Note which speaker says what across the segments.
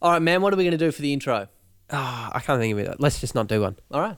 Speaker 1: All right, man, what are we going to do for the intro?
Speaker 2: Ah, I can't think of it. Let's just not do one.
Speaker 1: All right.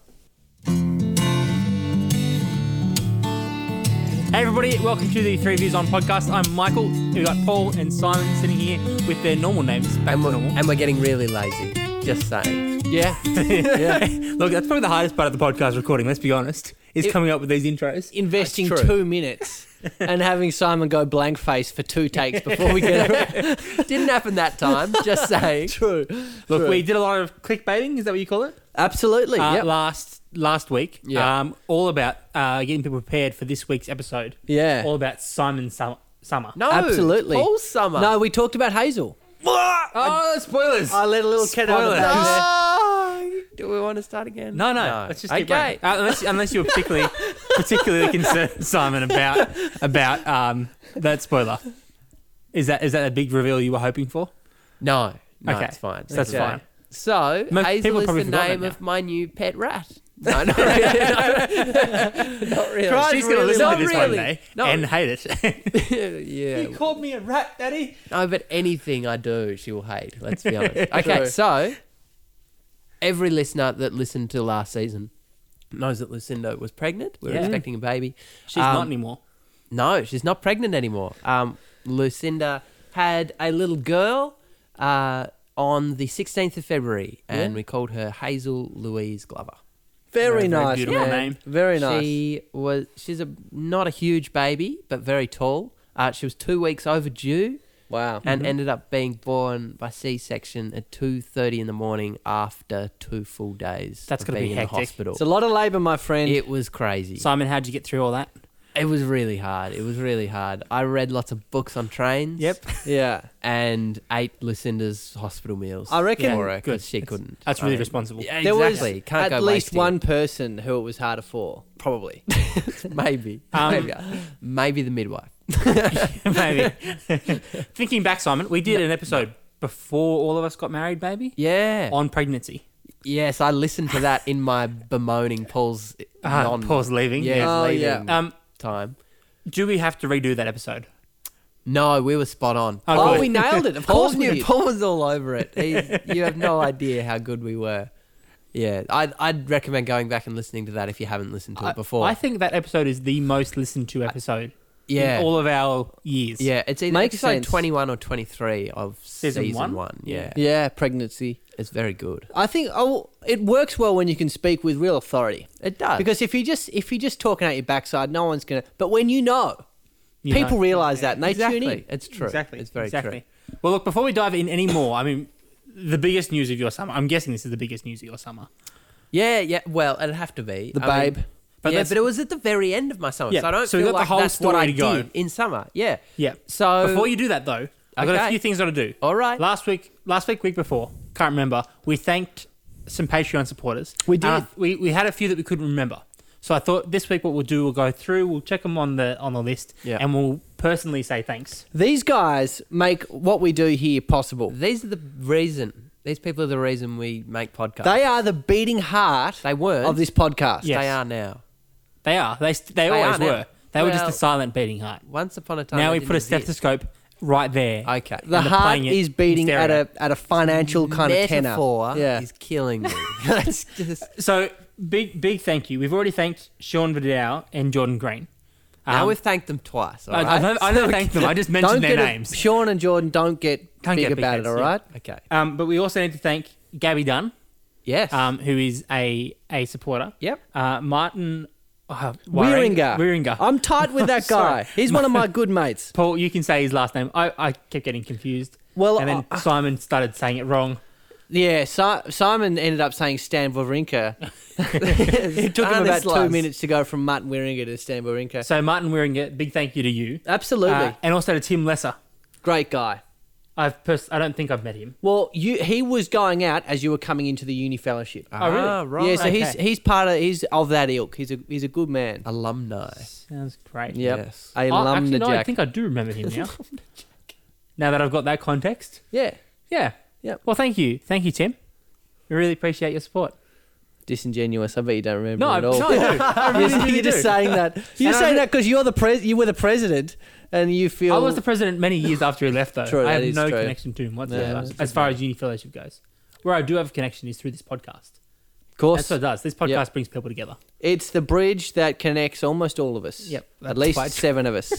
Speaker 3: Hey everybody, welcome to the Three Views On podcast. I'm Michael. We've got Paul and Simon sitting here with their normal names. Back
Speaker 2: And
Speaker 3: to
Speaker 2: we're,
Speaker 3: normal.
Speaker 2: and we're getting really lazy. Just saying.
Speaker 1: Yeah. yeah.
Speaker 3: Look, that's probably the hardest part of the podcast recording, let's be honest, is
Speaker 1: It-
Speaker 3: coming up with these intros.
Speaker 1: Investing
Speaker 2: That's true.
Speaker 1: two minutes and having Simon go blank face for two takes before we get it.
Speaker 2: Didn't happen that time. Just saying.
Speaker 1: True.
Speaker 3: Look,
Speaker 1: True.
Speaker 3: we did a lot of clickbaiting, is that what you call it?
Speaker 1: Absolutely.
Speaker 3: Uh,
Speaker 1: yep.
Speaker 3: Last last week.
Speaker 2: Yeah.
Speaker 3: Um, all about uh, getting people prepared for this week's episode.
Speaker 1: Yeah.
Speaker 3: All about Simon Sum- Summer.
Speaker 2: No,
Speaker 1: Absolutely.
Speaker 2: All summer.
Speaker 1: No, we talked about Hazel.
Speaker 2: Oh, spoilers.
Speaker 1: I let a little cat out of the
Speaker 3: Spoilers.
Speaker 1: bag there.
Speaker 2: Oh, do we want to start again?
Speaker 3: No, no, Let's just keep
Speaker 2: okay.
Speaker 3: going. Uh, unless, unless you were particularly, particularly concerned, Simon, about about um, that spoiler. Is that is that a big reveal you were hoping for?
Speaker 2: No, no,
Speaker 3: Okay.
Speaker 2: it's fine.
Speaker 3: That's
Speaker 2: Okay.
Speaker 3: fine.
Speaker 2: So,
Speaker 3: Most
Speaker 2: Hazel
Speaker 3: people
Speaker 2: is
Speaker 3: probably
Speaker 2: the
Speaker 3: forgot that
Speaker 2: name
Speaker 3: now.
Speaker 2: of my new pet rat. No, not really. not really.
Speaker 3: She's going to listen
Speaker 2: Not
Speaker 3: to this
Speaker 2: really.
Speaker 3: one day
Speaker 2: No.
Speaker 3: and hate it.
Speaker 2: yeah.
Speaker 3: called me a rat, Daddy.
Speaker 2: No, but anything I do, she will hate. Let's be honest. Okay, so every listener that listened to last season knows that Lucinda was pregnant. We were
Speaker 3: Yeah.
Speaker 2: expecting a baby.
Speaker 3: She's
Speaker 2: Um,
Speaker 3: not anymore.
Speaker 2: No, she's not pregnant anymore. Um, Lucinda had a little girl uh, on the 16th of February, and we called her Hazel Louise Glover.
Speaker 1: Very
Speaker 3: Very
Speaker 1: nice.
Speaker 3: beautiful
Speaker 1: man.
Speaker 3: name.
Speaker 1: Very nice.
Speaker 2: She was. She's a not a huge baby, but very tall. Uh, she was two weeks overdue.
Speaker 1: wow.
Speaker 2: and
Speaker 3: Mm-hmm.
Speaker 2: ended up being born by C-section at 2:30 in the morning after two full days.
Speaker 3: That's
Speaker 2: of
Speaker 3: gotta be
Speaker 2: being in the
Speaker 3: hectic.
Speaker 2: hospital.
Speaker 1: It's a lot of labour, my friend.
Speaker 2: it was crazy.
Speaker 3: Simon, how'd you get through all that?
Speaker 2: it was really hard. It was really hard. I read lots of books on trains.
Speaker 1: yeah.
Speaker 2: And ate Lucinda's hospital meals.
Speaker 1: I reckon-
Speaker 2: for her 'cause
Speaker 3: Good.
Speaker 2: she couldn't.
Speaker 3: That's really
Speaker 2: I-
Speaker 3: responsible.
Speaker 2: Yeah,
Speaker 1: There was
Speaker 2: exactly. Can't
Speaker 1: at
Speaker 2: go
Speaker 1: least
Speaker 2: wasting
Speaker 1: one person who it was harder for, probably.
Speaker 2: it. maybe,
Speaker 3: Um,
Speaker 2: maybe, maybe the midwife.
Speaker 3: Maybe. Thinking back, Simon, we did an episode before all of us got married, maybe
Speaker 2: Yeah.
Speaker 3: on pregnancy.
Speaker 2: yes, I listened to that in my bemoaning Paul's
Speaker 3: Ah,
Speaker 2: non
Speaker 3: Paul's leaving.
Speaker 2: Yeah,
Speaker 1: Oh,
Speaker 2: leaving
Speaker 1: yeah.
Speaker 3: Um,
Speaker 2: time.
Speaker 3: do we have to redo that episode?
Speaker 2: No, we were spot on.
Speaker 3: Oh,
Speaker 1: Oh,
Speaker 3: good.
Speaker 1: we nailed it. Of
Speaker 2: Paul
Speaker 1: course we
Speaker 2: knew.
Speaker 1: did.
Speaker 2: Paul was all over it. He, you have no idea how good we were. Yeah, I'd, I'd recommend going back and listening to that if you haven't listened to
Speaker 3: I-
Speaker 2: it before.
Speaker 3: I, think that episode is the most listened to episode
Speaker 2: yeah,
Speaker 3: in all of our years.
Speaker 2: yeah, it's either
Speaker 1: Makes
Speaker 2: episode
Speaker 1: sense.
Speaker 2: twenty-one or twenty-three of season,
Speaker 3: Season
Speaker 2: one.
Speaker 3: one?
Speaker 2: Yeah.
Speaker 1: Yeah, pregnancy.
Speaker 2: it's very good.
Speaker 1: I think oh, it works well when you can speak with real authority.
Speaker 2: It does
Speaker 1: Because if you just if you're just talking out your backside, no one's gonna. But when you know,
Speaker 3: You
Speaker 1: people
Speaker 3: know.
Speaker 1: realize that and they tune
Speaker 2: exactly,
Speaker 1: in.
Speaker 2: it's true.
Speaker 3: Exactly.
Speaker 2: it's very
Speaker 3: exactly. Well, look, before we dive in any more, I mean, the biggest news of your summer, I'm guessing this is the biggest news of your summer.
Speaker 2: true. Yeah, yeah. Well, it'd have to be
Speaker 1: The
Speaker 2: I mean,
Speaker 1: babe.
Speaker 3: But
Speaker 2: yeah,
Speaker 3: that's-
Speaker 2: but it was at the very end of my summer,
Speaker 3: Yeah,
Speaker 2: so I don't
Speaker 3: so we
Speaker 2: feel
Speaker 3: got the
Speaker 2: like
Speaker 3: whole
Speaker 2: that's what I
Speaker 3: story to go.
Speaker 2: did in summer. Yeah,
Speaker 3: Yeah.
Speaker 2: So
Speaker 3: Before you do that, though, I've got
Speaker 2: Okay.
Speaker 3: a few things I got to do.
Speaker 2: all right,
Speaker 3: Last week, last week, week before, can't remember. We thanked some Patreon supporters.
Speaker 1: We did.
Speaker 3: And I- we we had a few that we couldn't remember. So I thought this week what we'll do, we'll go through, we'll check them on the on the list,
Speaker 2: Yeah.
Speaker 3: and we'll personally say thanks.
Speaker 1: These guys make what we do here possible.
Speaker 2: These are the reason. These people are the reason we make podcasts.
Speaker 1: They are the beating heart
Speaker 2: They weren't.
Speaker 1: of this podcast.
Speaker 3: Yeah.
Speaker 2: They
Speaker 3: Yes.
Speaker 2: are now.
Speaker 3: They are. They st- they,
Speaker 2: They
Speaker 3: always
Speaker 2: are now.
Speaker 3: were. They were just
Speaker 2: Well-
Speaker 3: a silent beating heart.
Speaker 2: Once upon a time.
Speaker 3: Now
Speaker 2: they
Speaker 3: we put a
Speaker 2: didn't exist.
Speaker 3: stethoscope right there.
Speaker 2: Okay.
Speaker 1: The
Speaker 3: And they're
Speaker 1: heart
Speaker 3: playing it
Speaker 1: is beating
Speaker 3: in
Speaker 1: at
Speaker 3: stereo.
Speaker 1: a at a financial kind
Speaker 2: metaphor
Speaker 1: of tenor. Yeah.
Speaker 2: is killing me. That's just.
Speaker 3: So big big thank you. We've already thanked Sean Vidal and Jordan Green.
Speaker 2: now
Speaker 3: Um,
Speaker 2: we've thanked them twice. All
Speaker 3: I,
Speaker 2: right.
Speaker 3: I, don't, I don't thank them. I just mentioned
Speaker 1: get
Speaker 3: their
Speaker 1: a-
Speaker 3: names.
Speaker 1: Sean and Jordan don't get
Speaker 3: Don't
Speaker 1: big
Speaker 3: get big
Speaker 1: about it.
Speaker 3: heads,
Speaker 1: All
Speaker 3: yeah.
Speaker 1: right.
Speaker 2: okay.
Speaker 3: Um, but we also need to thank Gabby Dunn,
Speaker 2: Yes.
Speaker 3: um, who is a a supporter.
Speaker 2: yep.
Speaker 3: Uh, Martin uh, Waring-
Speaker 1: Weiringer.
Speaker 3: Wieringer.
Speaker 1: I'm tight with that guy.
Speaker 3: Sorry.
Speaker 1: He's one of my good mates.
Speaker 3: Paul, you can say his last name. I, I kept getting confused.
Speaker 1: Well,
Speaker 3: and then
Speaker 1: I-
Speaker 3: Simon started saying it wrong.
Speaker 1: Yeah, Si- Simon ended up saying Stan Wawrinka. it took him about
Speaker 2: Honest
Speaker 1: two
Speaker 2: lies.
Speaker 1: minutes to go from Martin Wieringer to Stan Wawrinka.
Speaker 3: So Martin Wieringer, big thank you to you,
Speaker 1: Absolutely.
Speaker 3: Uh, and also to Tim Lesser.
Speaker 1: Great guy.
Speaker 3: I've pers- I don't think I've met him.
Speaker 1: Well, you he was going out as you were coming into the uni fellowship.
Speaker 3: Oh, really?
Speaker 2: Ah, right.
Speaker 1: yeah, so he's
Speaker 3: okay.
Speaker 1: he's part of he's of that ilk. He's a he's a good man.
Speaker 2: alumni.
Speaker 3: Sounds great.
Speaker 1: Yep.
Speaker 2: Yes.
Speaker 1: A
Speaker 3: Oh, actually,
Speaker 1: alumna
Speaker 3: no, I
Speaker 1: Jack.
Speaker 3: think I do remember him now. now that I've got that context,
Speaker 1: yeah.
Speaker 3: yeah.
Speaker 1: Yep.
Speaker 3: Well, thank you, thank you, Tim. We really appreciate your support.
Speaker 1: disingenuous. I bet you don't remember
Speaker 3: No, I,
Speaker 1: at all.
Speaker 3: no, I do. I
Speaker 1: you're,
Speaker 3: really, really
Speaker 1: you're just
Speaker 3: do.
Speaker 1: saying that. You're
Speaker 3: And I
Speaker 1: saying
Speaker 3: re-
Speaker 1: that because you're the pres. You were the president, and you feel.
Speaker 3: I was the president many years after he left, though.
Speaker 1: True,
Speaker 3: I
Speaker 1: that
Speaker 3: have
Speaker 1: is
Speaker 3: no
Speaker 1: true.
Speaker 3: connection to him whatsoever,
Speaker 1: that's
Speaker 3: as far as uni fellowship goes. Where I do have a connection is through this podcast.
Speaker 1: of course.
Speaker 3: That's what it does. This podcast
Speaker 1: Yep.
Speaker 3: brings people together.
Speaker 1: It's the bridge that connects almost all of us.
Speaker 3: Yep,
Speaker 1: At
Speaker 3: that's
Speaker 1: least
Speaker 3: quite-
Speaker 1: seven of us.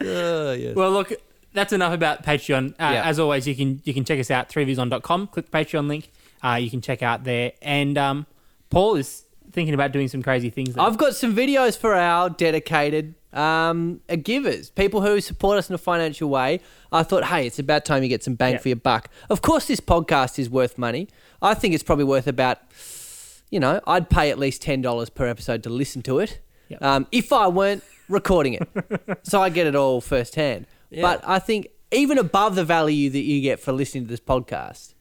Speaker 3: Well, look, that's enough about Patreon. Uh,
Speaker 1: Yeah.
Speaker 3: As always, you can you can check us out threeviews.com. Click the Patreon link. Uh, you can check out there. And um, Paul is thinking about doing some crazy things. there.
Speaker 1: I've got some videos for our dedicated um, uh, givers, people who support us in a financial way. I thought, hey, it's about time you get some bang
Speaker 3: Yeah.
Speaker 1: for your buck. Of course, this podcast is worth money. I think it's probably worth about, you know, I'd pay at least ten dollars per episode to listen to it,
Speaker 3: Yeah.
Speaker 1: um, if I weren't recording it. so I get it all firsthand.
Speaker 2: Yeah.
Speaker 1: But I think even above the value that you get for listening to this podcast,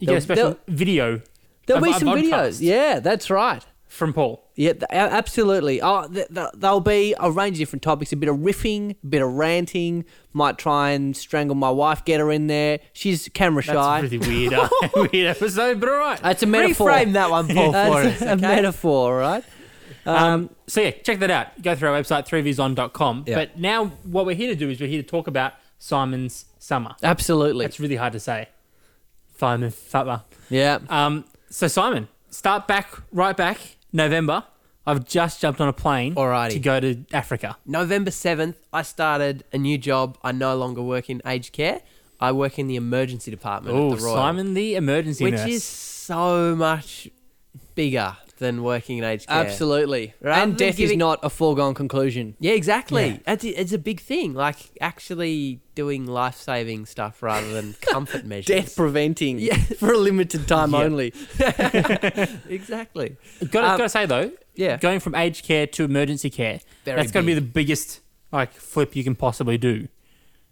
Speaker 3: you get a
Speaker 1: there'll-
Speaker 3: special video
Speaker 1: there'll
Speaker 3: of
Speaker 1: be
Speaker 3: our
Speaker 1: some videos.
Speaker 3: podcast
Speaker 1: Yeah, that's right.
Speaker 3: from Paul.
Speaker 1: Yeah, th- a- absolutely. Oh, th- th- there'll be a range of different topics. A bit of riffing, a bit of ranting. Might try and strangle my wife. Get her in there. She's camera
Speaker 3: That's
Speaker 1: shy.
Speaker 3: really weird, uh, weird episode, but all right.
Speaker 1: That's a metaphor.
Speaker 2: Reframe that one, Paul, for
Speaker 1: That's
Speaker 2: us.
Speaker 1: a metaphor, all right?
Speaker 3: Um, so yeah, check that out. Go through our website, threeviews.com.
Speaker 1: Yeah.
Speaker 3: But now what we're here to do is we're here to talk about Simon's summer.
Speaker 1: Absolutely.
Speaker 3: That's really hard to say. Simon summer.
Speaker 1: yeah.
Speaker 3: Um, so Simon, start back, right back, November. I've just jumped on a plane
Speaker 2: Alrighty.
Speaker 3: to go to Africa.
Speaker 2: November 7th, I started a new job. I no longer work in aged care. I work in the emergency department
Speaker 3: Oh,
Speaker 2: at the Royal.
Speaker 3: Simon the emergency
Speaker 2: which
Speaker 3: nurse.
Speaker 2: is so much bigger than working in aged care.
Speaker 1: Absolutely.
Speaker 2: Rather
Speaker 1: and
Speaker 2: than
Speaker 1: death is
Speaker 2: giving-
Speaker 1: not a foregone conclusion.
Speaker 2: Yeah, exactly.
Speaker 3: Yeah.
Speaker 2: That's it- it's a big thing. Like actually doing life saving stuff rather than comfort measures.
Speaker 1: Death preventing
Speaker 2: Yeah.
Speaker 1: for a limited time
Speaker 3: Yeah.
Speaker 1: only.
Speaker 2: exactly.
Speaker 3: Got to, got
Speaker 2: um,
Speaker 3: to say though,
Speaker 2: Yeah.
Speaker 3: going from aged care to emergency care,
Speaker 2: Very
Speaker 3: that's going to be the biggest like flip you can possibly do.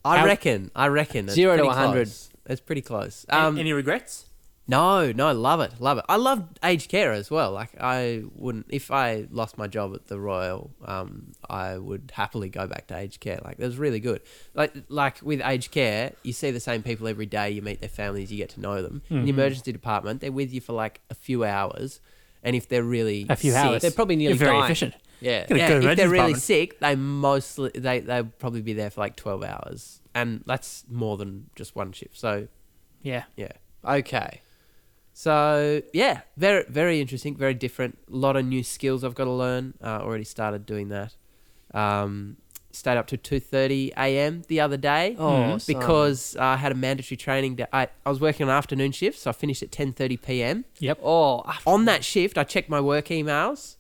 Speaker 2: I
Speaker 3: How-
Speaker 2: reckon. I reckon. It's
Speaker 1: Zero to
Speaker 2: pretty
Speaker 1: 100.
Speaker 2: close. It's pretty close.
Speaker 3: Um,
Speaker 2: Um,
Speaker 3: Any regrets?
Speaker 2: no, no, love it, love it. I love aged care as well. Like I wouldn't, if I lost my job at the Royal, um, I would happily go back to aged care. Like that was really good. Like like with aged care, you see the same people every day. You meet their families, you get to know them. In the
Speaker 3: Mm-hmm.
Speaker 2: emergency department, they're with you for like a few hours, and if they're really
Speaker 3: A few
Speaker 2: sick-
Speaker 3: hours.
Speaker 1: They're probably
Speaker 3: You're
Speaker 1: nearly
Speaker 3: very
Speaker 1: dying.
Speaker 3: efficient.
Speaker 2: yeah,
Speaker 3: Gonna
Speaker 2: yeah
Speaker 3: go to
Speaker 2: if
Speaker 3: the
Speaker 2: they're
Speaker 3: emergency
Speaker 2: really
Speaker 3: department.
Speaker 2: sick, they mostly they they'll probably be there for like twelve hours, and that's more than just one shift. So
Speaker 3: Yeah.
Speaker 2: yeah. Okay. So yeah, very very interesting, very different. A lot of new skills I've got to learn. Uh, already started doing that. Um, stayed up to two thirty a.m. the other day
Speaker 1: Oh,
Speaker 2: because I had a mandatory training day. I, I was working an afternoon shift, so I finished at ten thirty p.m.
Speaker 3: Yep.
Speaker 2: Oh,
Speaker 3: ah,
Speaker 2: on that shift, I checked my work emails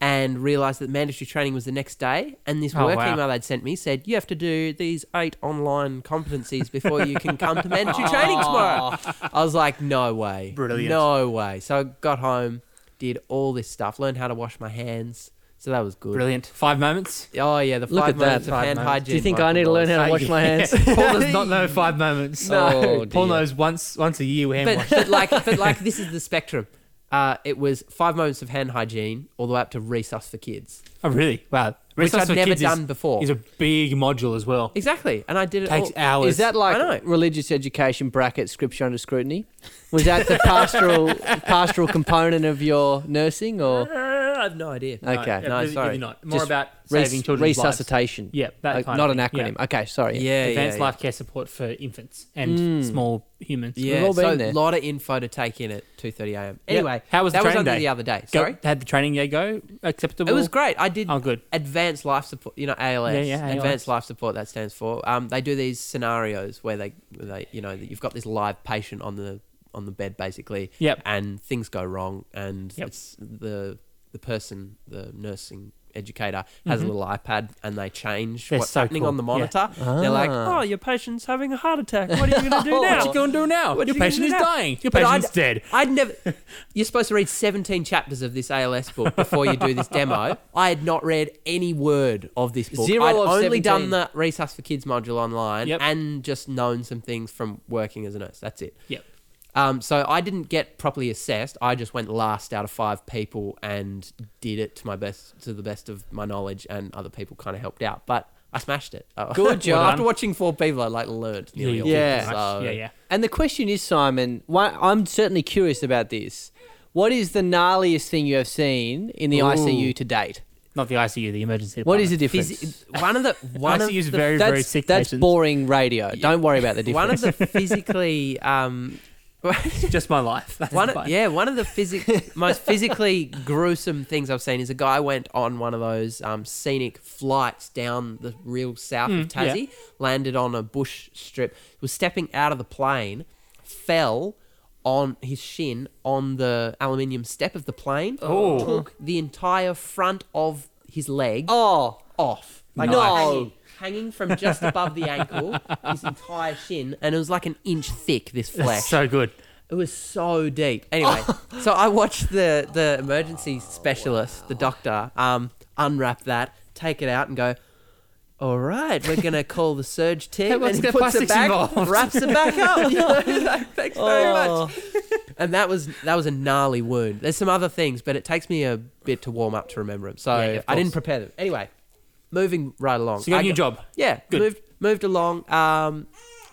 Speaker 2: and realized that mandatory training was the next day. And this
Speaker 3: Oh,
Speaker 2: work
Speaker 3: wow.
Speaker 2: email they'd sent me said, You have to do these eight online competencies before you can come to mandatory training tomorrow. I was like, No way.
Speaker 3: Brilliant.
Speaker 2: No way. So I got home, did all this stuff, learned how to wash my hands. So that was good.
Speaker 3: Brilliant. Five moments.
Speaker 2: Oh, yeah. The
Speaker 1: Look
Speaker 2: five
Speaker 1: at that.
Speaker 2: moments of
Speaker 3: Five
Speaker 2: hand
Speaker 3: moments.
Speaker 2: hygiene.
Speaker 1: Do you think I need to learn how to wash my hands?
Speaker 3: Paul does not know five moments.
Speaker 1: No. Oh,
Speaker 3: Paul
Speaker 1: dear.
Speaker 3: knows once once a year we hand
Speaker 2: but,
Speaker 3: wash.
Speaker 2: but like, but like, this is the spectrum. Uh, it was five moments of hand hygiene all the way up to resus for kids,
Speaker 3: Oh really? Wow.
Speaker 2: which
Speaker 3: Resource
Speaker 2: I'd
Speaker 3: for
Speaker 2: never
Speaker 3: Kids is-
Speaker 2: done before.
Speaker 3: Is a big module as well.
Speaker 2: Exactly, and I did it.
Speaker 3: takes
Speaker 2: all.
Speaker 3: hours.
Speaker 1: Is that
Speaker 2: I know.
Speaker 1: like religious education bracket scripture under scrutiny? Was that the pastoral pastoral component of your nursing or
Speaker 2: I have no idea.
Speaker 1: No, okay.
Speaker 3: yeah,
Speaker 2: No,
Speaker 3: really,
Speaker 2: sorry.
Speaker 3: really not. More
Speaker 1: Just
Speaker 3: about
Speaker 1: res-
Speaker 3: saving children's lives.
Speaker 1: resuscitation?
Speaker 3: Yeah, that
Speaker 1: Like,
Speaker 3: kind
Speaker 1: not
Speaker 3: of
Speaker 1: an
Speaker 3: thing. Yeah. Hmm.
Speaker 1: acronym. Okay, sorry.
Speaker 2: Yeah,
Speaker 3: Advanced
Speaker 2: yeah,
Speaker 3: life care support for infants and
Speaker 1: Mm.
Speaker 3: small humans.
Speaker 2: yeah.
Speaker 1: We've all
Speaker 2: so
Speaker 1: been there.
Speaker 2: a lot of info to take in at two thirty a.m.
Speaker 3: Yep.
Speaker 2: Anyway,
Speaker 3: How was the
Speaker 2: that was
Speaker 3: training day?
Speaker 2: only the other day.
Speaker 3: Go-
Speaker 2: Sorry,
Speaker 3: Had the training day go acceptable?
Speaker 2: it was great. I did
Speaker 3: Oh, good.
Speaker 2: advanced life support. You know, ALS,
Speaker 3: Yeah, yeah, ALS.
Speaker 2: advanced life support. That stands for. Um, they do these scenarios where they, where they, you know, that you've got this live patient on the on the bed basically,
Speaker 3: Yep.
Speaker 2: and things go wrong and
Speaker 3: Yep.
Speaker 2: it's the the person the nursing educator has
Speaker 3: Mhm.
Speaker 2: a little ipad and they change
Speaker 3: They're
Speaker 2: what's
Speaker 3: so
Speaker 2: happening
Speaker 3: cool.
Speaker 2: on the
Speaker 3: Yeah. Ah.
Speaker 2: monitor they're like oh your patient's having a heart attack Oh, what are you going to do
Speaker 3: What
Speaker 2: now
Speaker 3: you going to do now?
Speaker 2: What
Speaker 3: Your
Speaker 2: you gonna
Speaker 3: patient
Speaker 2: do
Speaker 3: is
Speaker 2: now?
Speaker 3: dying. Your
Speaker 2: But I'd-
Speaker 3: patient's dead.
Speaker 2: I'd never. You're supposed to read 17 chapters of this ALS book before you do this demo. I had not read any word of this book.
Speaker 1: Zero
Speaker 2: I'd
Speaker 1: of 17.
Speaker 2: only done the Resus for Kids module online
Speaker 3: Yep.
Speaker 2: and just known some things from working as a nurse. That's it.
Speaker 3: Yep.
Speaker 2: Um, so I didn't get properly assessed. I just went last out of five people and did it to my best, to the best of my knowledge, and other people kind of helped out. But I smashed it. Oh.
Speaker 1: Good job.
Speaker 2: After watching four people, I like learned nearly all.
Speaker 1: Yeah.
Speaker 2: So,
Speaker 3: yeah, yeah.
Speaker 1: And the question is, Simon, why, I'm certainly curious about this. What is the gnarliest thing you have seen in the
Speaker 3: Ooh.
Speaker 1: ICU to date?
Speaker 3: Not the ICU, the emergency.
Speaker 1: What is the
Speaker 3: department.
Speaker 1: difference?
Speaker 2: Phys- one of the one of
Speaker 3: ICU is
Speaker 2: the
Speaker 3: very,
Speaker 1: that's,
Speaker 3: very sick
Speaker 1: That's
Speaker 3: patients.
Speaker 1: boring radio. Don't worry about the difference.
Speaker 2: one of the physically um
Speaker 3: Just my life. That's
Speaker 2: one
Speaker 3: fine.
Speaker 2: of, yeah one of the physic most physically gruesome things I've seen is a guy went on one of those um, scenic flights down the real south of
Speaker 3: Mm, yeah.
Speaker 2: Tassie, landed on a bush strip, was stepping out of the plane, fell on his shin on the aluminium step of the plane,
Speaker 3: Ooh.
Speaker 2: took the entire front of his leg
Speaker 1: oh,
Speaker 2: off. Like
Speaker 1: No.
Speaker 2: hanging, hanging from just above the ankle, his entire shin, and it was like an inch thick, this flesh.
Speaker 3: So good.
Speaker 2: it was so deep. Anyway,
Speaker 3: Oh.
Speaker 2: so I watched the, the emergency specialist, the doctor, um, unwrap that, take it out, and go, all right, we're going to call the surge team.
Speaker 3: what's
Speaker 2: and
Speaker 3: the
Speaker 2: he puts it
Speaker 3: plastics
Speaker 2: back,
Speaker 3: involved?
Speaker 2: wraps it back up. You know, like, Thanks very
Speaker 1: Oh.
Speaker 2: much. And that was that was a gnarly wound. There's some other things, but it takes me a bit to warm up to remember them. So
Speaker 3: Yeah, yeah, of
Speaker 2: I didn't
Speaker 3: course.
Speaker 2: prepare them. Anyway, moving right along.
Speaker 3: So you got
Speaker 2: I
Speaker 3: a new
Speaker 2: g-
Speaker 3: job.
Speaker 2: yeah,
Speaker 3: Good.
Speaker 2: moved moved along. Um,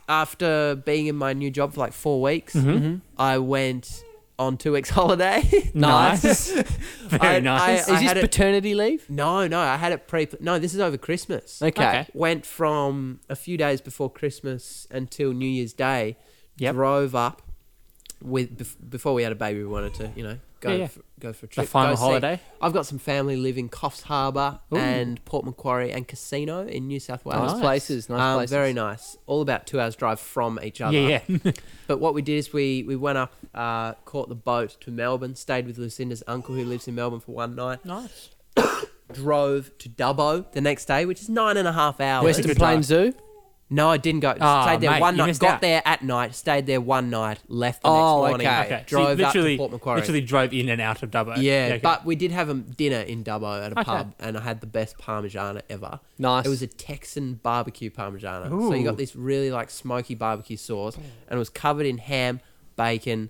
Speaker 2: after being in my new job for like four weeks,
Speaker 3: Mm-hmm.
Speaker 2: I went on two weeks holiday.
Speaker 3: Nice. Very
Speaker 2: I-
Speaker 3: nice.
Speaker 2: I-
Speaker 1: is
Speaker 2: had
Speaker 1: this
Speaker 2: it-
Speaker 1: paternity leave?
Speaker 2: no, no, I had it pre. No, this is over Christmas.
Speaker 1: Okay.
Speaker 3: Okay.
Speaker 2: Went from a few days before Christmas until New Year's Day.
Speaker 3: Yep.
Speaker 2: Drove up with bef- before we had a baby. We wanted to, you know, go
Speaker 3: Yeah, yeah.
Speaker 2: For, go for a
Speaker 3: the
Speaker 2: trip.
Speaker 3: final
Speaker 2: go see-
Speaker 3: holiday.
Speaker 2: I've got some family live in Coffs Harbour
Speaker 3: Ooh.
Speaker 2: and Port Macquarie and Casino in New South Wales.
Speaker 1: Nice, places. Nice
Speaker 2: Um,
Speaker 1: places.
Speaker 2: Very nice. All about two hours drive from each other.
Speaker 3: Yeah, yeah.
Speaker 2: But what we did is we, we went up, uh, caught the boat to Melbourne, stayed with Lucinda's uncle who lives in Melbourne for one night,
Speaker 3: nice.
Speaker 2: drove to Dubbo the next day, which is nine and a half hours.
Speaker 1: Western
Speaker 3: good
Speaker 1: Plains Zoo.
Speaker 2: No, I didn't go.
Speaker 3: Ah,
Speaker 2: stayed there
Speaker 3: mate,
Speaker 2: one
Speaker 3: you
Speaker 2: night.
Speaker 3: missed
Speaker 2: Got
Speaker 3: out.
Speaker 2: there at night. Stayed there one night. Left the
Speaker 1: Oh,
Speaker 2: next morning.
Speaker 1: okay.
Speaker 3: Okay. so you
Speaker 2: Drove up
Speaker 3: literally,
Speaker 2: to Port Macquarie.
Speaker 3: literally drove in and out of Dubbo.
Speaker 2: Yeah,
Speaker 3: okay.
Speaker 2: but we did have a dinner in Dubbo at a
Speaker 3: Okay.
Speaker 2: pub, and I had the best parmigiana ever.
Speaker 1: Nice.
Speaker 2: It was a Texan barbecue parmigiana. So you got
Speaker 3: Ooh.
Speaker 2: this really like smoky barbecue sauce,
Speaker 3: Mm.
Speaker 2: and it was covered in ham, bacon,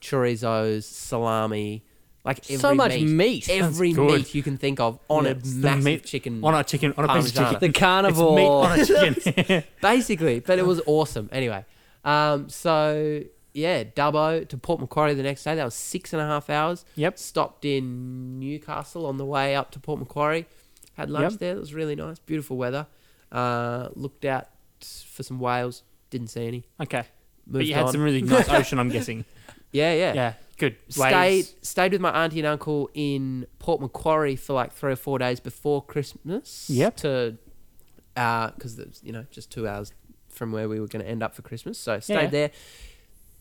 Speaker 2: chorizos, salami, like every
Speaker 1: So much meat.
Speaker 2: every
Speaker 3: That's good.
Speaker 2: meat you can think of on
Speaker 3: Yeah,
Speaker 2: a
Speaker 3: it's the
Speaker 2: massive
Speaker 3: meat
Speaker 2: chicken.
Speaker 3: on a chicken on a piece of
Speaker 2: parmigiana.
Speaker 3: chicken.
Speaker 1: The
Speaker 3: It's meat
Speaker 1: carnivore.
Speaker 3: on a chicken.
Speaker 2: basically. But it was awesome. Anyway, um, so yeah, Dubbo to Port Macquarie the next day. That was six and a half hours.
Speaker 3: Yep.
Speaker 2: Stopped in Newcastle on the way up to Port Macquarie. Had lunch
Speaker 3: Yep.
Speaker 2: there. It was really nice. Beautiful weather. Uh, looked out for some whales. Didn't see any.
Speaker 3: okay, but
Speaker 2: Moved
Speaker 3: you had
Speaker 2: on.
Speaker 3: some really nice ocean. I'm guessing.
Speaker 2: Yeah, yeah.
Speaker 3: Yeah, good.
Speaker 2: Stayed
Speaker 3: Waves.
Speaker 2: stayed with my auntie and uncle in Port Macquarie for like three or four days before Christmas.
Speaker 3: Yep.
Speaker 2: To, because was you know just two hours from where we were going to end up for Christmas, so stayed
Speaker 3: yeah.
Speaker 2: there.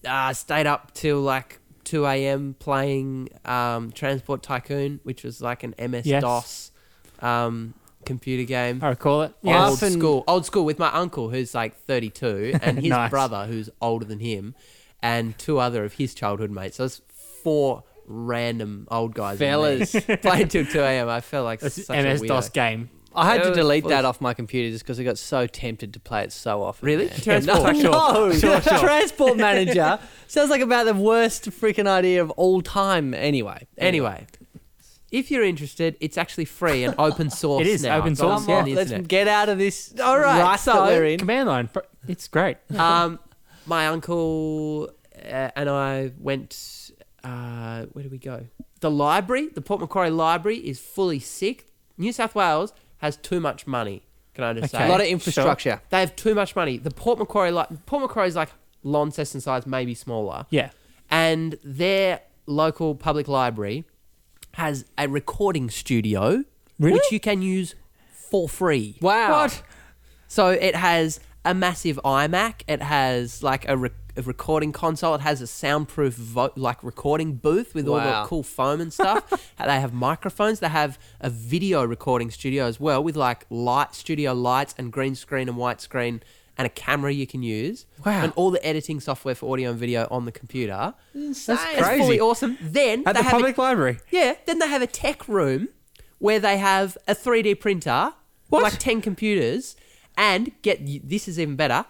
Speaker 2: Uh, stayed up till like two a.m. playing um, Transport Tycoon, which was like an MS
Speaker 3: Yes.
Speaker 2: DOS um, computer game.
Speaker 3: I recall it.
Speaker 1: Yeah.
Speaker 2: Old
Speaker 1: Often-
Speaker 2: school, old school with my uncle who's like 32 and his
Speaker 3: Nice.
Speaker 2: brother who's older than him and two other of his childhood mates. So it's four random old guys. and me.
Speaker 1: Fellas.
Speaker 2: Played till 2 a.m. I felt like
Speaker 3: It's
Speaker 2: such a
Speaker 3: MS
Speaker 2: weirdo.
Speaker 3: DOS game.
Speaker 1: I had
Speaker 2: It
Speaker 1: to
Speaker 2: was
Speaker 1: delete
Speaker 2: full
Speaker 1: that
Speaker 2: of-
Speaker 1: off my computer just because I got so tempted to play it so often.
Speaker 2: Really?
Speaker 1: man.
Speaker 2: Transport.
Speaker 1: no, no.
Speaker 3: Sure, sure.
Speaker 1: Transport Manager sounds like about the worst freaking idea of all time. Anyway,
Speaker 2: Anyway, if you're interested, it's now. It's on the internet. It's actually free and open source.
Speaker 3: It is
Speaker 2: now.
Speaker 3: open
Speaker 2: It's on
Speaker 3: source,
Speaker 2: the
Speaker 3: yeah.
Speaker 1: let's
Speaker 2: internet.
Speaker 1: get out of this.
Speaker 2: All right,
Speaker 1: rut
Speaker 2: so-
Speaker 1: that we're in.
Speaker 3: Command line. Pr- It's great.
Speaker 2: um, my uncle uh, and I went. Uh, where do we go? The library, the Port Macquarie Library, is fully sick. New South Wales has too much money. Can I just
Speaker 3: Okay.
Speaker 1: A
Speaker 2: say?
Speaker 1: lot of infrastructure.
Speaker 2: they have too much money. The Port Macquarie, li- Port Macquarie is like Launceston size, maybe smaller
Speaker 3: Yeah.
Speaker 2: and their local public library has a recording studio
Speaker 3: Really?
Speaker 2: which you can use for free.
Speaker 1: Wow.
Speaker 3: What?
Speaker 2: So it has a massive iMac, it has like a, re- a recording console, it has a soundproof vo- like recording booth with all
Speaker 1: Wow.
Speaker 2: the cool foam and stuff. And they have microphones, they have a video recording studio as well with like light studio lights and green screen and white screen and a camera you can use.
Speaker 1: Wow.
Speaker 2: And all the editing software for audio and video on the computer.
Speaker 1: That's
Speaker 2: It's
Speaker 1: crazy.
Speaker 2: fully awesome. Then
Speaker 3: At
Speaker 2: they
Speaker 3: the
Speaker 2: have
Speaker 3: public library.
Speaker 2: a, yeah, then they have a tech room where they have a 3D printer, like 10 computers, and get this is even better,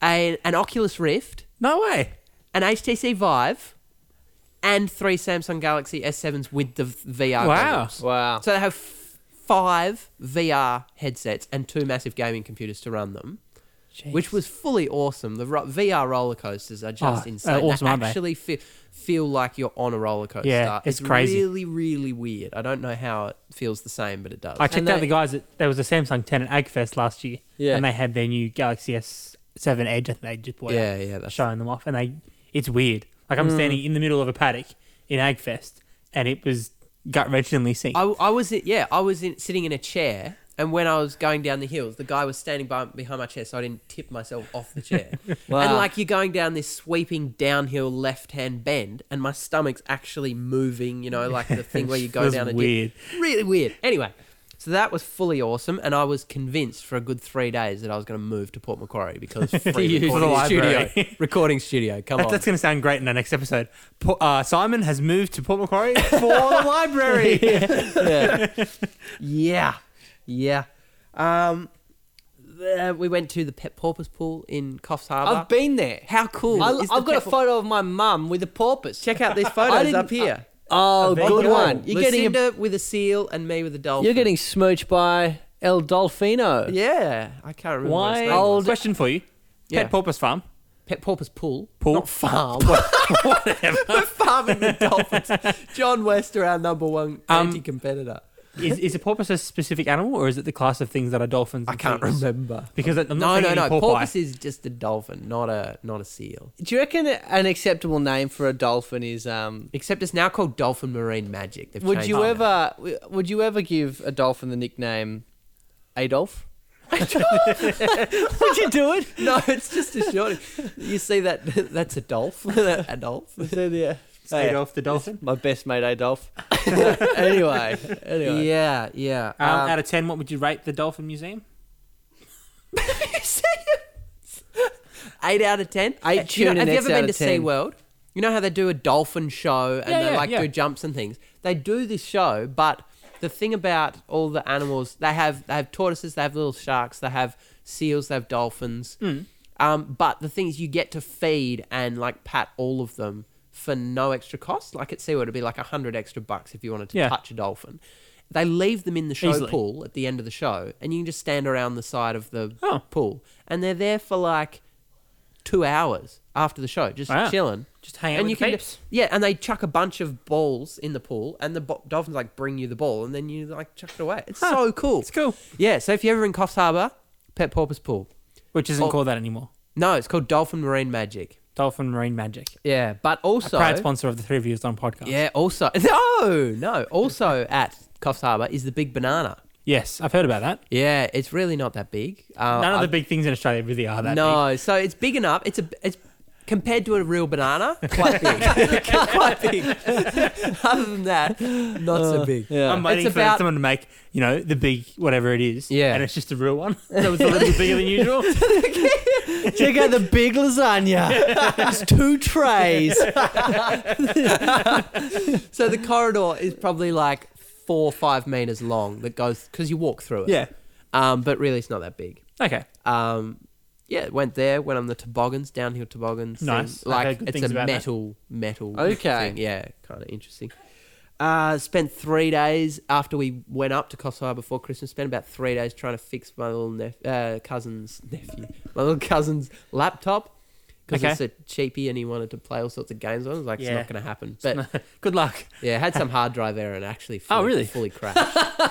Speaker 2: a, an Oculus Rift,
Speaker 3: No way.
Speaker 2: an HTC Vive, and three Samsung Galaxy S7s with the v- VR.
Speaker 3: Wow.
Speaker 2: goggles.
Speaker 1: Wow.
Speaker 2: So they have f- five VR headsets and two massive gaming computers to run them, which was fully awesome. The ro- VR roller coasters are just
Speaker 3: Oh,
Speaker 2: insane.
Speaker 3: uh, awesome,
Speaker 2: they
Speaker 3: aren't they?
Speaker 2: actually fe- feel like you're on a roller coaster.
Speaker 3: Yeah, it's crazy.
Speaker 2: really, really weird. I don't know how it feels the same, but it does.
Speaker 3: I checked
Speaker 1: And
Speaker 3: out
Speaker 1: they-
Speaker 3: the guys at there was a Samsung 10 at AgFest last year,
Speaker 1: Yeah.
Speaker 3: and they had their new Galaxy S7 Edge. I think they just bought
Speaker 2: yeah,
Speaker 3: out,
Speaker 2: yeah, that's Hmm.
Speaker 3: showing them off, and they it's weird. Like I'm standing in the middle of a paddock in AgFest, and it was gut wrenchingly seen.
Speaker 2: I, I was in, yeah I was in, sitting in a chair and when I was going down the hills the guy was standing by, behind my chair so I didn't tip myself off the chair and
Speaker 1: Wow.
Speaker 2: like you're going down this sweeping downhill left hand bend and my stomach's actually moving you know like the thing where you
Speaker 3: It
Speaker 2: go
Speaker 3: was
Speaker 2: down a dip.
Speaker 3: weird.
Speaker 2: really weird anyway so that was fully awesome and I was convinced for a good three days that I was going to move to Port Macquarie because free
Speaker 3: use the
Speaker 2: recording
Speaker 3: library.
Speaker 2: studio recording studio come
Speaker 3: That-
Speaker 2: on
Speaker 3: that's going to sound great in the next episode. Po- uh, Simon has moved to Port Macquarie for the library.
Speaker 2: Yeah, yeah. Um, th- we went to the Pet Porpoise Pool in Coffs Harbour.
Speaker 1: I've been there.
Speaker 2: How cool!
Speaker 1: I,
Speaker 2: is the
Speaker 1: I've got a
Speaker 2: Pet Por-
Speaker 1: photo of my mum with a porpoise.
Speaker 2: Check out these
Speaker 1: I
Speaker 2: photos
Speaker 1: didn't-
Speaker 2: up here.
Speaker 1: Oh,
Speaker 3: there
Speaker 1: good
Speaker 3: you go.
Speaker 1: one. You're getting a,
Speaker 2: Lucinda with a seal and me with a dolphin.
Speaker 1: you're getting smooched by El Dolfino.
Speaker 2: Yeah, I can't remember. what its
Speaker 1: Why
Speaker 2: name was.
Speaker 1: old-
Speaker 3: Question for you:
Speaker 2: Yeah.
Speaker 3: Pet porpoise farm.
Speaker 2: Pet Porpoise Pool?
Speaker 3: Pool?
Speaker 2: Not farm. We're farming the dolphins. John Wester, our number one
Speaker 3: Um,
Speaker 2: anti-competitor.
Speaker 3: Is, is a porpoise a specific animal, or is it the class of things that are dolphins?
Speaker 2: I
Speaker 3: and
Speaker 2: can't
Speaker 3: seals?
Speaker 2: remember.
Speaker 3: because I'm
Speaker 2: No,
Speaker 3: not
Speaker 2: no, no.
Speaker 3: porpoise.
Speaker 2: Porpoise is just a dolphin, not a not a seal.
Speaker 1: Do you reckon an acceptable name for a dolphin is um?
Speaker 2: Except it's now called Dolphin Marine Magic. They've
Speaker 1: Would
Speaker 2: changed
Speaker 1: you
Speaker 2: it.
Speaker 1: ever w- would you ever give a dolphin the nickname Adolf? would you do it?
Speaker 2: No, it's just a short. You see that? That's a dolphin. a dolphin.
Speaker 1: yeah.
Speaker 3: Adolf the dolphin.
Speaker 1: My best mate Adolf. anyway, anyway.
Speaker 2: Yeah, yeah.
Speaker 3: Um,
Speaker 2: Um,
Speaker 3: out of ten, what would you rate the dolphin museum?
Speaker 2: eight out of ten.
Speaker 1: Eight
Speaker 2: You know, have you
Speaker 1: tunics
Speaker 2: ever been
Speaker 1: out
Speaker 2: to
Speaker 1: of 10.
Speaker 2: SeaWorld? You know how they do a dolphin show and
Speaker 3: Yeah,
Speaker 2: they
Speaker 3: yeah,
Speaker 2: like
Speaker 3: yeah.
Speaker 2: do jumps and things. They do this show, but the thing about all the animals, they have they have tortoises, they have little sharks, they have seals, they have dolphins.
Speaker 3: Hmm.
Speaker 2: Um, but the thing is, you get to feed and like pat all of them for no extra cost. Like at SeaWorld, it'd be like a hundred extra bucks if you wanted to
Speaker 3: Yeah.
Speaker 2: touch a dolphin. They leave them in the show
Speaker 3: Easily.
Speaker 2: pool at the end of the show, and you can just stand around the side of the
Speaker 3: Oh.
Speaker 2: pool, and they're there for like two hours after the show, just
Speaker 3: Wow.
Speaker 2: chilling.
Speaker 3: Just hang out
Speaker 2: And
Speaker 3: with
Speaker 2: you
Speaker 3: the
Speaker 2: can,
Speaker 3: peeps.
Speaker 2: yeah, and they chuck a bunch of balls in the pool, and the bo- dolphins like bring you the ball, and then you like chuck it away. It's
Speaker 3: Huh.
Speaker 2: so cool.
Speaker 3: It's cool.
Speaker 2: Yeah, so if you're ever in Coffs Harbour, Pet Porpoise Pool.
Speaker 3: Which isn't
Speaker 2: Oh.
Speaker 3: called that anymore.
Speaker 2: No, it's called Dolphin Marine Magic.
Speaker 3: Dolphin Marine Magic.
Speaker 2: Yeah, but also
Speaker 3: Proud sponsor of the Three Views on podcast.
Speaker 2: yeah, also no, no, also at Coffs Harbour is the Big Banana.
Speaker 3: Yes, I've heard about that.
Speaker 2: Yeah, it's really not that big. Uh,
Speaker 3: None of
Speaker 2: I-
Speaker 3: the big things in Australia really are that
Speaker 2: no, so it's big enough. It's a it's compared to a real banana, quite big, quite big. Other than that, not so big.
Speaker 3: big.
Speaker 1: Yeah.
Speaker 3: I'm waiting
Speaker 2: It's
Speaker 3: for
Speaker 2: about-
Speaker 3: someone to make, you know, the big whatever it is.
Speaker 2: Yeah.
Speaker 3: And it's just a real one. So it's a little bigger than usual.
Speaker 1: Check out the big lasagna. It's two trays.
Speaker 2: So the corridor is probably like four or five meters long that goes because you walk through it.
Speaker 3: Yeah.
Speaker 2: Um, but really, it's not that big.
Speaker 3: Okay.
Speaker 2: Um, yeah, went there. Went on the toboggans, downhill toboggans. thing.
Speaker 3: Nice. I've heard
Speaker 2: Like
Speaker 3: good
Speaker 2: it's
Speaker 3: things
Speaker 2: a
Speaker 3: about that.
Speaker 2: metal, metal.
Speaker 1: Okay.
Speaker 2: thing. Yeah, kind of interesting. Uh, spent three days after we went up to Coffs Harbour before Christmas. Spent about three days trying to fix my little nep- uh, cousin's nephew, my little cousin's laptop because
Speaker 3: Okay.
Speaker 2: it's a cheapie and he wanted to play all sorts of games on. it. I was like, it's
Speaker 3: Yeah.
Speaker 2: not going to happen. But
Speaker 3: Good luck.
Speaker 2: yeah, it had some hard drive error and actually
Speaker 3: Oh,
Speaker 2: fully,
Speaker 3: really?
Speaker 2: fully crashed.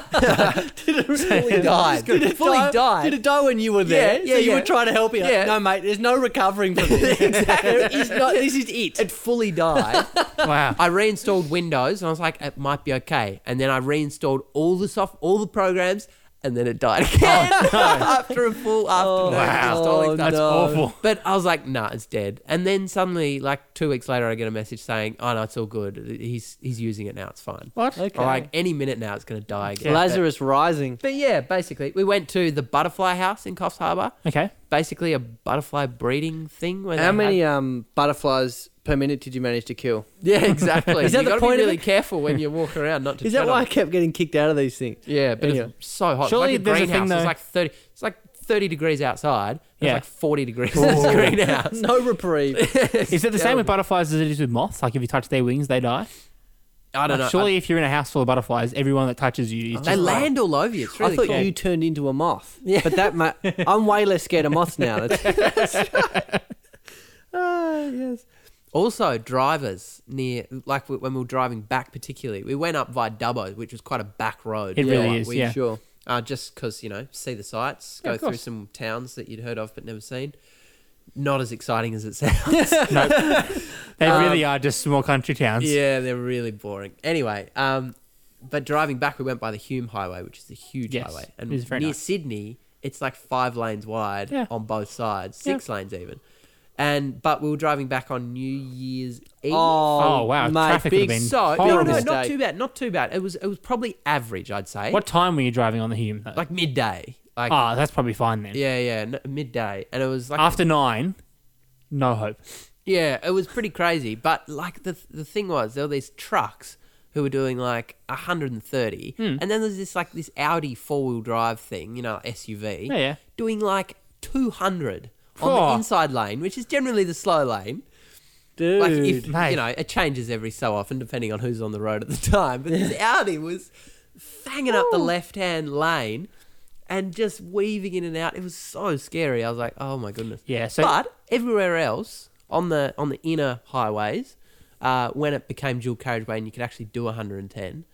Speaker 1: Fully died.
Speaker 2: Did it
Speaker 1: fully
Speaker 2: die?
Speaker 1: died. Did it die when you were there?
Speaker 2: Yeah, yeah,
Speaker 1: so you
Speaker 2: yeah.
Speaker 1: were trying to help it.
Speaker 2: Yeah.
Speaker 1: No, mate. There's no recovering from this. exactly. this is it.
Speaker 2: it fully died.
Speaker 3: Wow.
Speaker 2: I reinstalled Windows and I was like, it might be okay. And then I reinstalled all the soft, all the programs, and then it died
Speaker 1: Oh,
Speaker 2: again after a full afternoon.
Speaker 3: wow.
Speaker 2: installing stuff.
Speaker 3: That's
Speaker 1: no.
Speaker 3: awful.
Speaker 2: But I was like, nah, it's dead. And then suddenly, like two weeks later, I get a message saying, oh no, it's all good. He's he's using it now. It's fine.
Speaker 3: What?
Speaker 1: Okay.
Speaker 2: Or, like any minute now, it's gonna die again.
Speaker 1: Lazarus rising.
Speaker 2: But, but yeah, basically, we went to the butterfly house in Coffs Harbour.
Speaker 3: Okay. basically
Speaker 2: Basically, a butterfly breeding thing. Where
Speaker 1: How
Speaker 2: they
Speaker 1: many
Speaker 2: Had-
Speaker 1: um, butterflies per minute did you manage to kill?
Speaker 2: yeah, exactly.
Speaker 1: Is that
Speaker 2: you
Speaker 1: the
Speaker 2: gotta
Speaker 1: point
Speaker 2: Be
Speaker 1: of
Speaker 2: really
Speaker 1: it?
Speaker 2: careful when you walk around, not to.
Speaker 1: Is that
Speaker 2: tread
Speaker 1: why
Speaker 2: on
Speaker 1: I kept getting kicked out of these things?
Speaker 2: Yeah, but
Speaker 1: Anyway.
Speaker 2: it's so hot.
Speaker 3: Surely
Speaker 2: Surely it's like
Speaker 3: there's a
Speaker 2: a greenhouse.
Speaker 3: thing
Speaker 2: It's
Speaker 3: that-
Speaker 2: like thirty. It's like thirty degrees outside. and
Speaker 3: Yeah.
Speaker 2: It's like forty degrees
Speaker 3: Ooh.
Speaker 2: in this greenhouse.
Speaker 1: No reprieve.
Speaker 3: Is it the same with butterflies as it is with moths? Like if you touch their wings, they die?
Speaker 2: I don't know.
Speaker 3: Surely, if you're in a house full of butterflies, everyone that touches you is
Speaker 2: I-
Speaker 3: just
Speaker 2: they
Speaker 3: like-
Speaker 2: land all over you. It's really
Speaker 1: I thought
Speaker 2: cool.
Speaker 1: you turned into a moth. Yeah. But that, ma- I'm way less scared of moths now. That's,
Speaker 2: Ah, yes. Also, drivers near, like w- when we were driving back, particularly, we went up via Dubbo, which was quite a back road.
Speaker 3: It
Speaker 2: you know,
Speaker 3: really
Speaker 2: like
Speaker 3: is,
Speaker 2: we-
Speaker 3: yeah.
Speaker 1: Sure.
Speaker 2: Uh, just because, you know, see the sights,
Speaker 3: Yeah,
Speaker 2: go
Speaker 3: of
Speaker 2: through
Speaker 3: course.
Speaker 2: some towns that you'd heard of but never seen. Not as exciting as it sounds.
Speaker 3: They really are just small country towns.
Speaker 2: Um, yeah, they're really boring. Anyway, um, but driving back, we went by the Hume Highway, which is a huge
Speaker 3: Yes,
Speaker 2: highway.
Speaker 3: it is very
Speaker 2: near
Speaker 3: nice.
Speaker 2: Sydney, it's like five lanes wide
Speaker 3: Yeah.
Speaker 2: on both sides,
Speaker 3: Yeah.
Speaker 2: six lanes even. And but we were driving back on New Year's Eve.
Speaker 3: Oh wow,
Speaker 1: Mate,
Speaker 3: traffic would have
Speaker 1: big
Speaker 3: been
Speaker 2: So no,
Speaker 3: horrible.
Speaker 2: no, not
Speaker 1: mistake.
Speaker 2: too bad, not too bad. It was it was probably average, I'd say.
Speaker 3: What time were you driving on the Hume? Though?
Speaker 2: Like midday, like
Speaker 3: ah, that's probably fine then.
Speaker 2: yeah, yeah, n- midday, and it was like
Speaker 3: After nine, no hope.
Speaker 2: yeah, it was pretty crazy. But like the the thing was, there were these trucks who were doing like 130,
Speaker 3: Hmm.
Speaker 2: and then there's this like this Audi four wheel drive thing, you know, SUV,
Speaker 3: Yeah, yeah.
Speaker 2: doing like 200
Speaker 3: Phew.
Speaker 2: on the inside lane, which is generally the slow lane.
Speaker 1: dude.
Speaker 2: Like if
Speaker 3: mate.
Speaker 2: you know, it changes every so often depending on who's on the road at the time. But this Audi was fanging up the left hand lane and just weaving in and out. It was so scary. I was like, oh my goodness.
Speaker 3: Yeah, so-
Speaker 2: but everywhere else on the on the inner highways, uh, when it became dual carriageway and you could actually do 110,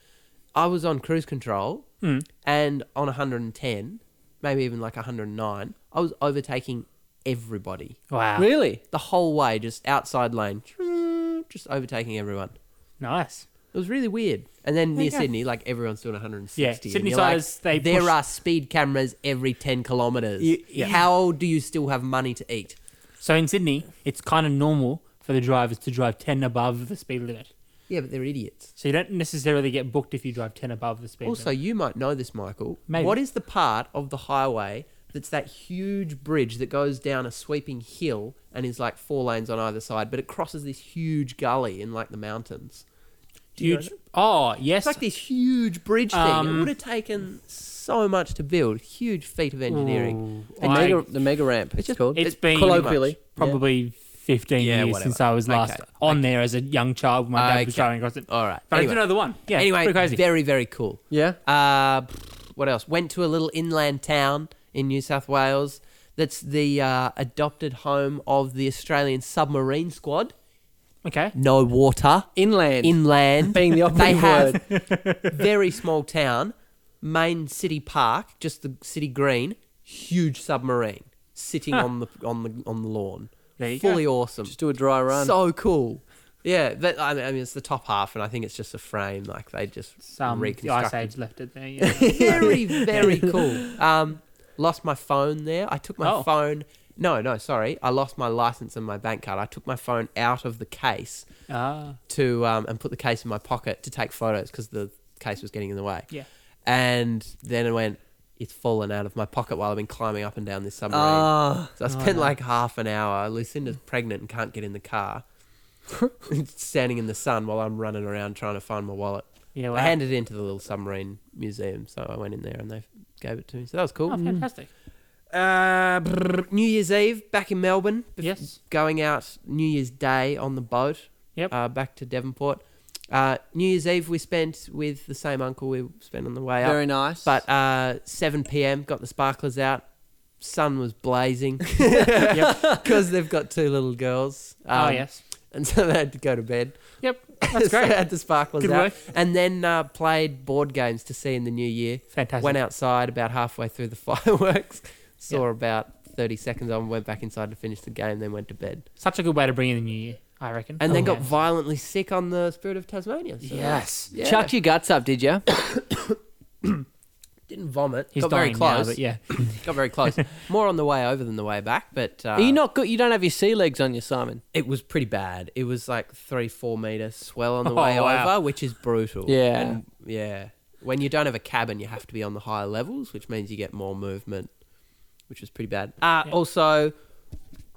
Speaker 2: I was on cruise control
Speaker 3: Hmm.
Speaker 2: and on 110, maybe even like 109, I was overtaking everybody
Speaker 3: Wow,
Speaker 1: really?
Speaker 2: the whole way, just outside lane, just overtaking everyone.
Speaker 3: nice.
Speaker 2: It was really weird. And then
Speaker 3: you
Speaker 2: near
Speaker 3: go.
Speaker 2: Sydney, like everyone's doing 160.
Speaker 3: Yeah,
Speaker 2: and
Speaker 3: Sydney
Speaker 2: you're like,
Speaker 3: siders, they
Speaker 2: there
Speaker 3: push-
Speaker 2: are speed cameras every 10 kilometres.
Speaker 1: You-
Speaker 2: How do you still have money to eat?
Speaker 3: So in Sydney, it's kind of normal for the drivers to drive ten above the speed limit.
Speaker 2: Yeah, but they're idiots.
Speaker 3: So you don't necessarily get booked if you drive ten above the speed
Speaker 2: Also,
Speaker 3: limit.
Speaker 2: you might know this, Michael.
Speaker 3: Maybe.
Speaker 2: What is the part of the highway that's that huge bridge that goes down a sweeping hill and is like four lanes on either side, but it crosses this huge gully in like the mountains? Do you know
Speaker 3: huge. Oh yes,
Speaker 2: It's like this huge bridge thing.
Speaker 3: Um,
Speaker 2: it would have taken so much to build. Huge feat of engineering.
Speaker 3: Ooh,
Speaker 1: The
Speaker 3: I-
Speaker 1: mega, the mega ramp. It's,
Speaker 2: just-
Speaker 1: called.
Speaker 3: it's been
Speaker 1: colloquially yeah.
Speaker 3: probably fifteen
Speaker 2: Yeah,
Speaker 3: years
Speaker 2: whatever.
Speaker 3: since I was last
Speaker 2: Okay,
Speaker 3: on there as a young child. when My dad was
Speaker 2: Okay.
Speaker 3: driving across it.
Speaker 2: All right.
Speaker 3: But I
Speaker 2: anyway,
Speaker 3: do know the one. Yeah.
Speaker 2: anyway,
Speaker 3: pretty crazy.
Speaker 2: very very cool.
Speaker 1: Yeah.
Speaker 2: Uh, what else? Went to a little inland town in New South Wales. That's the uh, adopted home of the Australian submarine squad.
Speaker 3: okay.
Speaker 2: No water.
Speaker 1: Inland.
Speaker 2: Inland.
Speaker 1: being the
Speaker 2: they
Speaker 1: operative
Speaker 2: have
Speaker 1: word.
Speaker 2: very small town, main city park, just the city green, huge submarine sitting on the on the on the lawn.
Speaker 3: There you
Speaker 2: Fully awesome.
Speaker 1: Just do a dry run.
Speaker 2: So cool. Yeah, but I mean, I mean, it's the top half, and I think it's just a frame. Like they just
Speaker 3: Some the Ice
Speaker 2: reconstructed.
Speaker 3: Age left it there. Yeah.
Speaker 2: very very cool. Um, lost my phone there. I took my
Speaker 3: Oh.
Speaker 2: phone. No, no, sorry. I lost my license and my bank card. I took my phone out of the case
Speaker 3: ah.
Speaker 2: to um, and put the case in my pocket to take photos because the case was getting in the way.
Speaker 3: Yeah.
Speaker 2: And then it went. It's fallen out of my pocket while I've been climbing up and down this submarine.
Speaker 3: Oh.
Speaker 1: Ah,
Speaker 2: So I spent like half an hour. Lucinda's pregnant and can't get in the car. Standing in the sun while I'm running around trying to find my wallet.
Speaker 3: Yeah.
Speaker 2: I
Speaker 3: Wow.
Speaker 2: handed it into the little submarine museum, so I went in there and they gave it to me. So that was cool.
Speaker 3: Oh, fantastic.
Speaker 2: Uh, brr, New Year's Eve back in Melbourne. Bef-
Speaker 3: Yes.
Speaker 2: Going out New Year's Day on the boat.
Speaker 3: Yep.
Speaker 2: Uh, back to Devonport. Uh, New Year's Eve we spent with the same uncle we spent on the way up.
Speaker 1: very nice.
Speaker 2: But uh, 7 p.m. got the sparklers out. Sun was blazing because they've got two little girls.
Speaker 3: oh
Speaker 2: Um,
Speaker 3: yes.
Speaker 2: And so they had to go to bed.
Speaker 3: Yep.
Speaker 2: so
Speaker 3: That's
Speaker 2: they
Speaker 3: great.
Speaker 2: had the sparklers
Speaker 3: Good
Speaker 2: out.
Speaker 3: work.
Speaker 2: And then uh, played board games to see in the new year.
Speaker 3: Fantastic.
Speaker 2: Went outside about halfway through the fireworks. Saw about 30 seconds on, went back inside to finish the game, then went to bed.
Speaker 3: Such a good way to bring in the new year, I reckon.
Speaker 2: And then
Speaker 3: Oh,
Speaker 2: got violently sick on the Spirit of Tasmania. So
Speaker 3: Yes.
Speaker 2: Yeah.
Speaker 1: chucked your guts up, did you?
Speaker 2: Didn't vomit.
Speaker 3: He's
Speaker 2: got very
Speaker 3: dying now,
Speaker 2: close.
Speaker 3: but yeah.
Speaker 2: Got very close. More on the way over than the way back, but uh,
Speaker 1: Are you not good? You don't have your sea legs on you, Simon.
Speaker 2: it was pretty bad. It was like three, four meter swell on the
Speaker 3: Oh,
Speaker 2: way
Speaker 3: wow.
Speaker 2: over, which is brutal.
Speaker 1: Yeah.
Speaker 2: And, yeah. When you don't have a cabin, you have to be on the higher levels, which means you get more movement, which was pretty bad. Uh,
Speaker 3: Yeah.
Speaker 2: Also,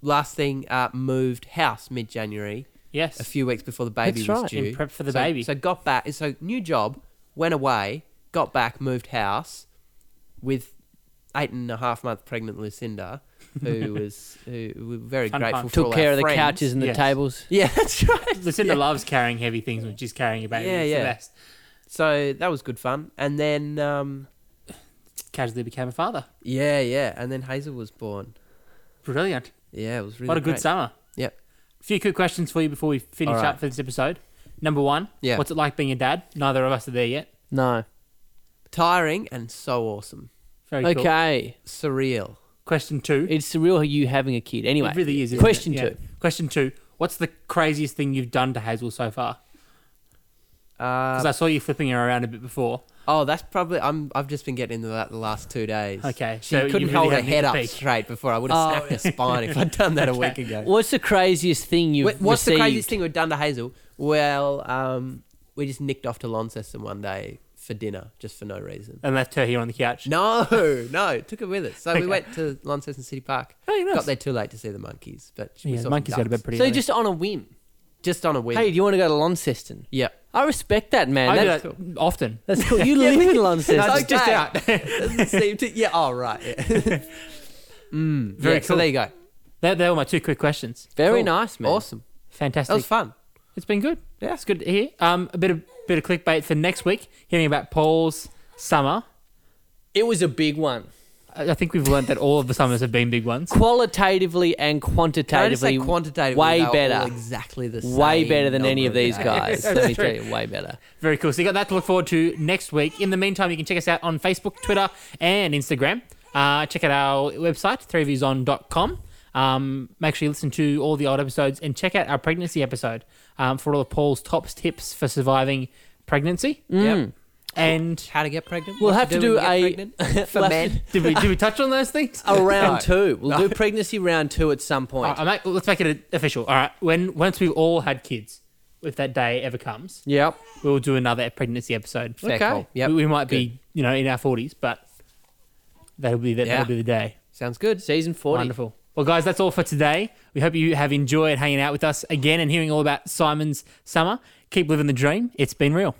Speaker 2: last thing, uh, moved house mid January,
Speaker 3: Yes.
Speaker 2: a few weeks before the baby
Speaker 1: That's
Speaker 2: was
Speaker 1: right,
Speaker 2: due.
Speaker 1: in
Speaker 3: prep for the
Speaker 2: So-
Speaker 3: baby.
Speaker 2: So got back. So new job, went away, got back, moved house with eight and a half month pregnant Lucinda, who was who we were very
Speaker 3: Fun
Speaker 2: grateful
Speaker 3: fact.
Speaker 2: for
Speaker 1: Took
Speaker 2: all
Speaker 1: care
Speaker 2: our
Speaker 1: of the
Speaker 2: friends.
Speaker 1: couches and the
Speaker 3: yes.
Speaker 1: tables.
Speaker 2: Yeah, that's right.
Speaker 3: Lucinda loves carrying heavy things when she's carrying a baby.
Speaker 2: Yeah,
Speaker 3: Yeah, it's yeah.
Speaker 2: yeah.
Speaker 3: the best.
Speaker 2: So that was good fun. And then um,
Speaker 3: Casually became a father.
Speaker 2: yeah, yeah, and then Hazel was born.
Speaker 3: Brilliant.
Speaker 2: Yeah, it was really
Speaker 3: what a good
Speaker 2: great.
Speaker 3: summer.
Speaker 2: Yep.
Speaker 3: A few quick questions for you before we finish
Speaker 2: All right.
Speaker 3: up for this episode. Number one,
Speaker 2: Yeah.
Speaker 3: what's it like being a dad? Neither of us are there yet.
Speaker 1: No.
Speaker 2: Tiring and so awesome.
Speaker 3: Very cool.
Speaker 1: Okay.
Speaker 2: Surreal.
Speaker 3: Question two.
Speaker 1: It's surreal you having a kid. Anyway.
Speaker 3: it really is. isn't
Speaker 1: Question
Speaker 3: it?
Speaker 1: two.
Speaker 3: Yeah. Question two. What's the craziest thing you've done to Hazel so far?
Speaker 2: Uh,
Speaker 3: Because I saw you flipping her around a bit before.
Speaker 2: oh, that's probably I'm. I've just been getting into that the last two days.
Speaker 3: Okay,
Speaker 2: she
Speaker 3: so you
Speaker 2: couldn't
Speaker 3: really
Speaker 2: hold her
Speaker 3: haven't hit
Speaker 2: head
Speaker 3: the
Speaker 2: up
Speaker 3: peak.
Speaker 2: straight before. I would have
Speaker 1: Oh,
Speaker 2: snapped her spine if I'd done that a week ago.
Speaker 1: What's the craziest thing you've
Speaker 2: Wh- What's
Speaker 1: received?
Speaker 2: the craziest thing we've done to Hazel? Well, um, we just nicked off to Launceston one day for dinner, just for no reason.
Speaker 3: And left her here on the couch.
Speaker 2: No, no, took her with us. So
Speaker 3: Okay.
Speaker 2: we went to Launceston City Park.
Speaker 3: Hey, nice.
Speaker 2: Got there too late to see the monkeys, but we
Speaker 3: Yeah,
Speaker 2: saw
Speaker 3: the monkeys
Speaker 2: some
Speaker 3: go to bed
Speaker 2: ducks.
Speaker 3: pretty
Speaker 1: So
Speaker 3: early.
Speaker 1: just on a whim.
Speaker 2: Just on a whim.
Speaker 1: Hey, do you want to go to Launceston?
Speaker 2: yeah,
Speaker 1: I respect that, man.
Speaker 3: I do
Speaker 1: That's,
Speaker 3: that often.
Speaker 1: that's cool. You live in Launceston.
Speaker 2: No,
Speaker 1: That's
Speaker 2: just- just
Speaker 1: okay.
Speaker 2: out. Doesn't seem to- Yeah. Oh, right. Yeah. mm,
Speaker 3: Very
Speaker 2: yeah, So
Speaker 3: cool.
Speaker 2: there you go.
Speaker 3: They, they were my two quick questions.
Speaker 1: Very
Speaker 2: Cool.
Speaker 1: nice, man.
Speaker 2: Awesome. That
Speaker 3: Fantastic.
Speaker 2: was fun.
Speaker 3: It's been good. Yeah, it's good to hear. Um, a bit of bit of clickbait for next week. Hearing about Paul's summer.
Speaker 1: It was a big one.
Speaker 3: I I think we've learned that all of the summers have been big ones.
Speaker 1: Qualitatively and
Speaker 2: Can I just say
Speaker 1: quantitatively,
Speaker 2: quantitatively,
Speaker 1: way
Speaker 2: they were all
Speaker 1: better.
Speaker 2: exactly the same.
Speaker 1: way better than any
Speaker 2: number
Speaker 1: of these
Speaker 2: days.
Speaker 1: guys. Let
Speaker 3: That's
Speaker 1: me
Speaker 3: true.
Speaker 1: tell you, way better.
Speaker 3: Very cool. So you got that to look forward to next week. In the meantime, you can check us out on Facebook, Twitter, and Instagram. Uh, check out our website, threeviewson.com. Um, make sure you listen to all the old episodes and check out our pregnancy episode um, for all of Paul's top tips for surviving pregnancy.
Speaker 2: Yep.
Speaker 3: And
Speaker 2: How to get pregnant?
Speaker 1: Hmm. We'll
Speaker 2: What
Speaker 1: have to
Speaker 2: when
Speaker 1: do
Speaker 2: you get
Speaker 1: a-
Speaker 2: pregnant? for
Speaker 1: we'll have
Speaker 2: men. Oh,
Speaker 3: did we, did we touch on those things?
Speaker 1: A round two. We'll do pregnancy round two at some
Speaker 3: All
Speaker 1: point.
Speaker 3: right, I make, let's make it official. All right. When once we've all had kids, if that day ever comes,
Speaker 1: yep.
Speaker 3: we'll do another pregnancy episode.
Speaker 2: Fair Okay. call. Yep.
Speaker 3: We, we might be, you know, in our forties, but that'll be the,
Speaker 2: Yeah.
Speaker 3: that'll be the day.
Speaker 2: Sounds good.
Speaker 1: Season 40.
Speaker 3: Wonderful. Well, guys, that's all for today. We hope you have enjoyed hanging out with us again and hearing all about Simon's summer. Keep living the dream. It's been real.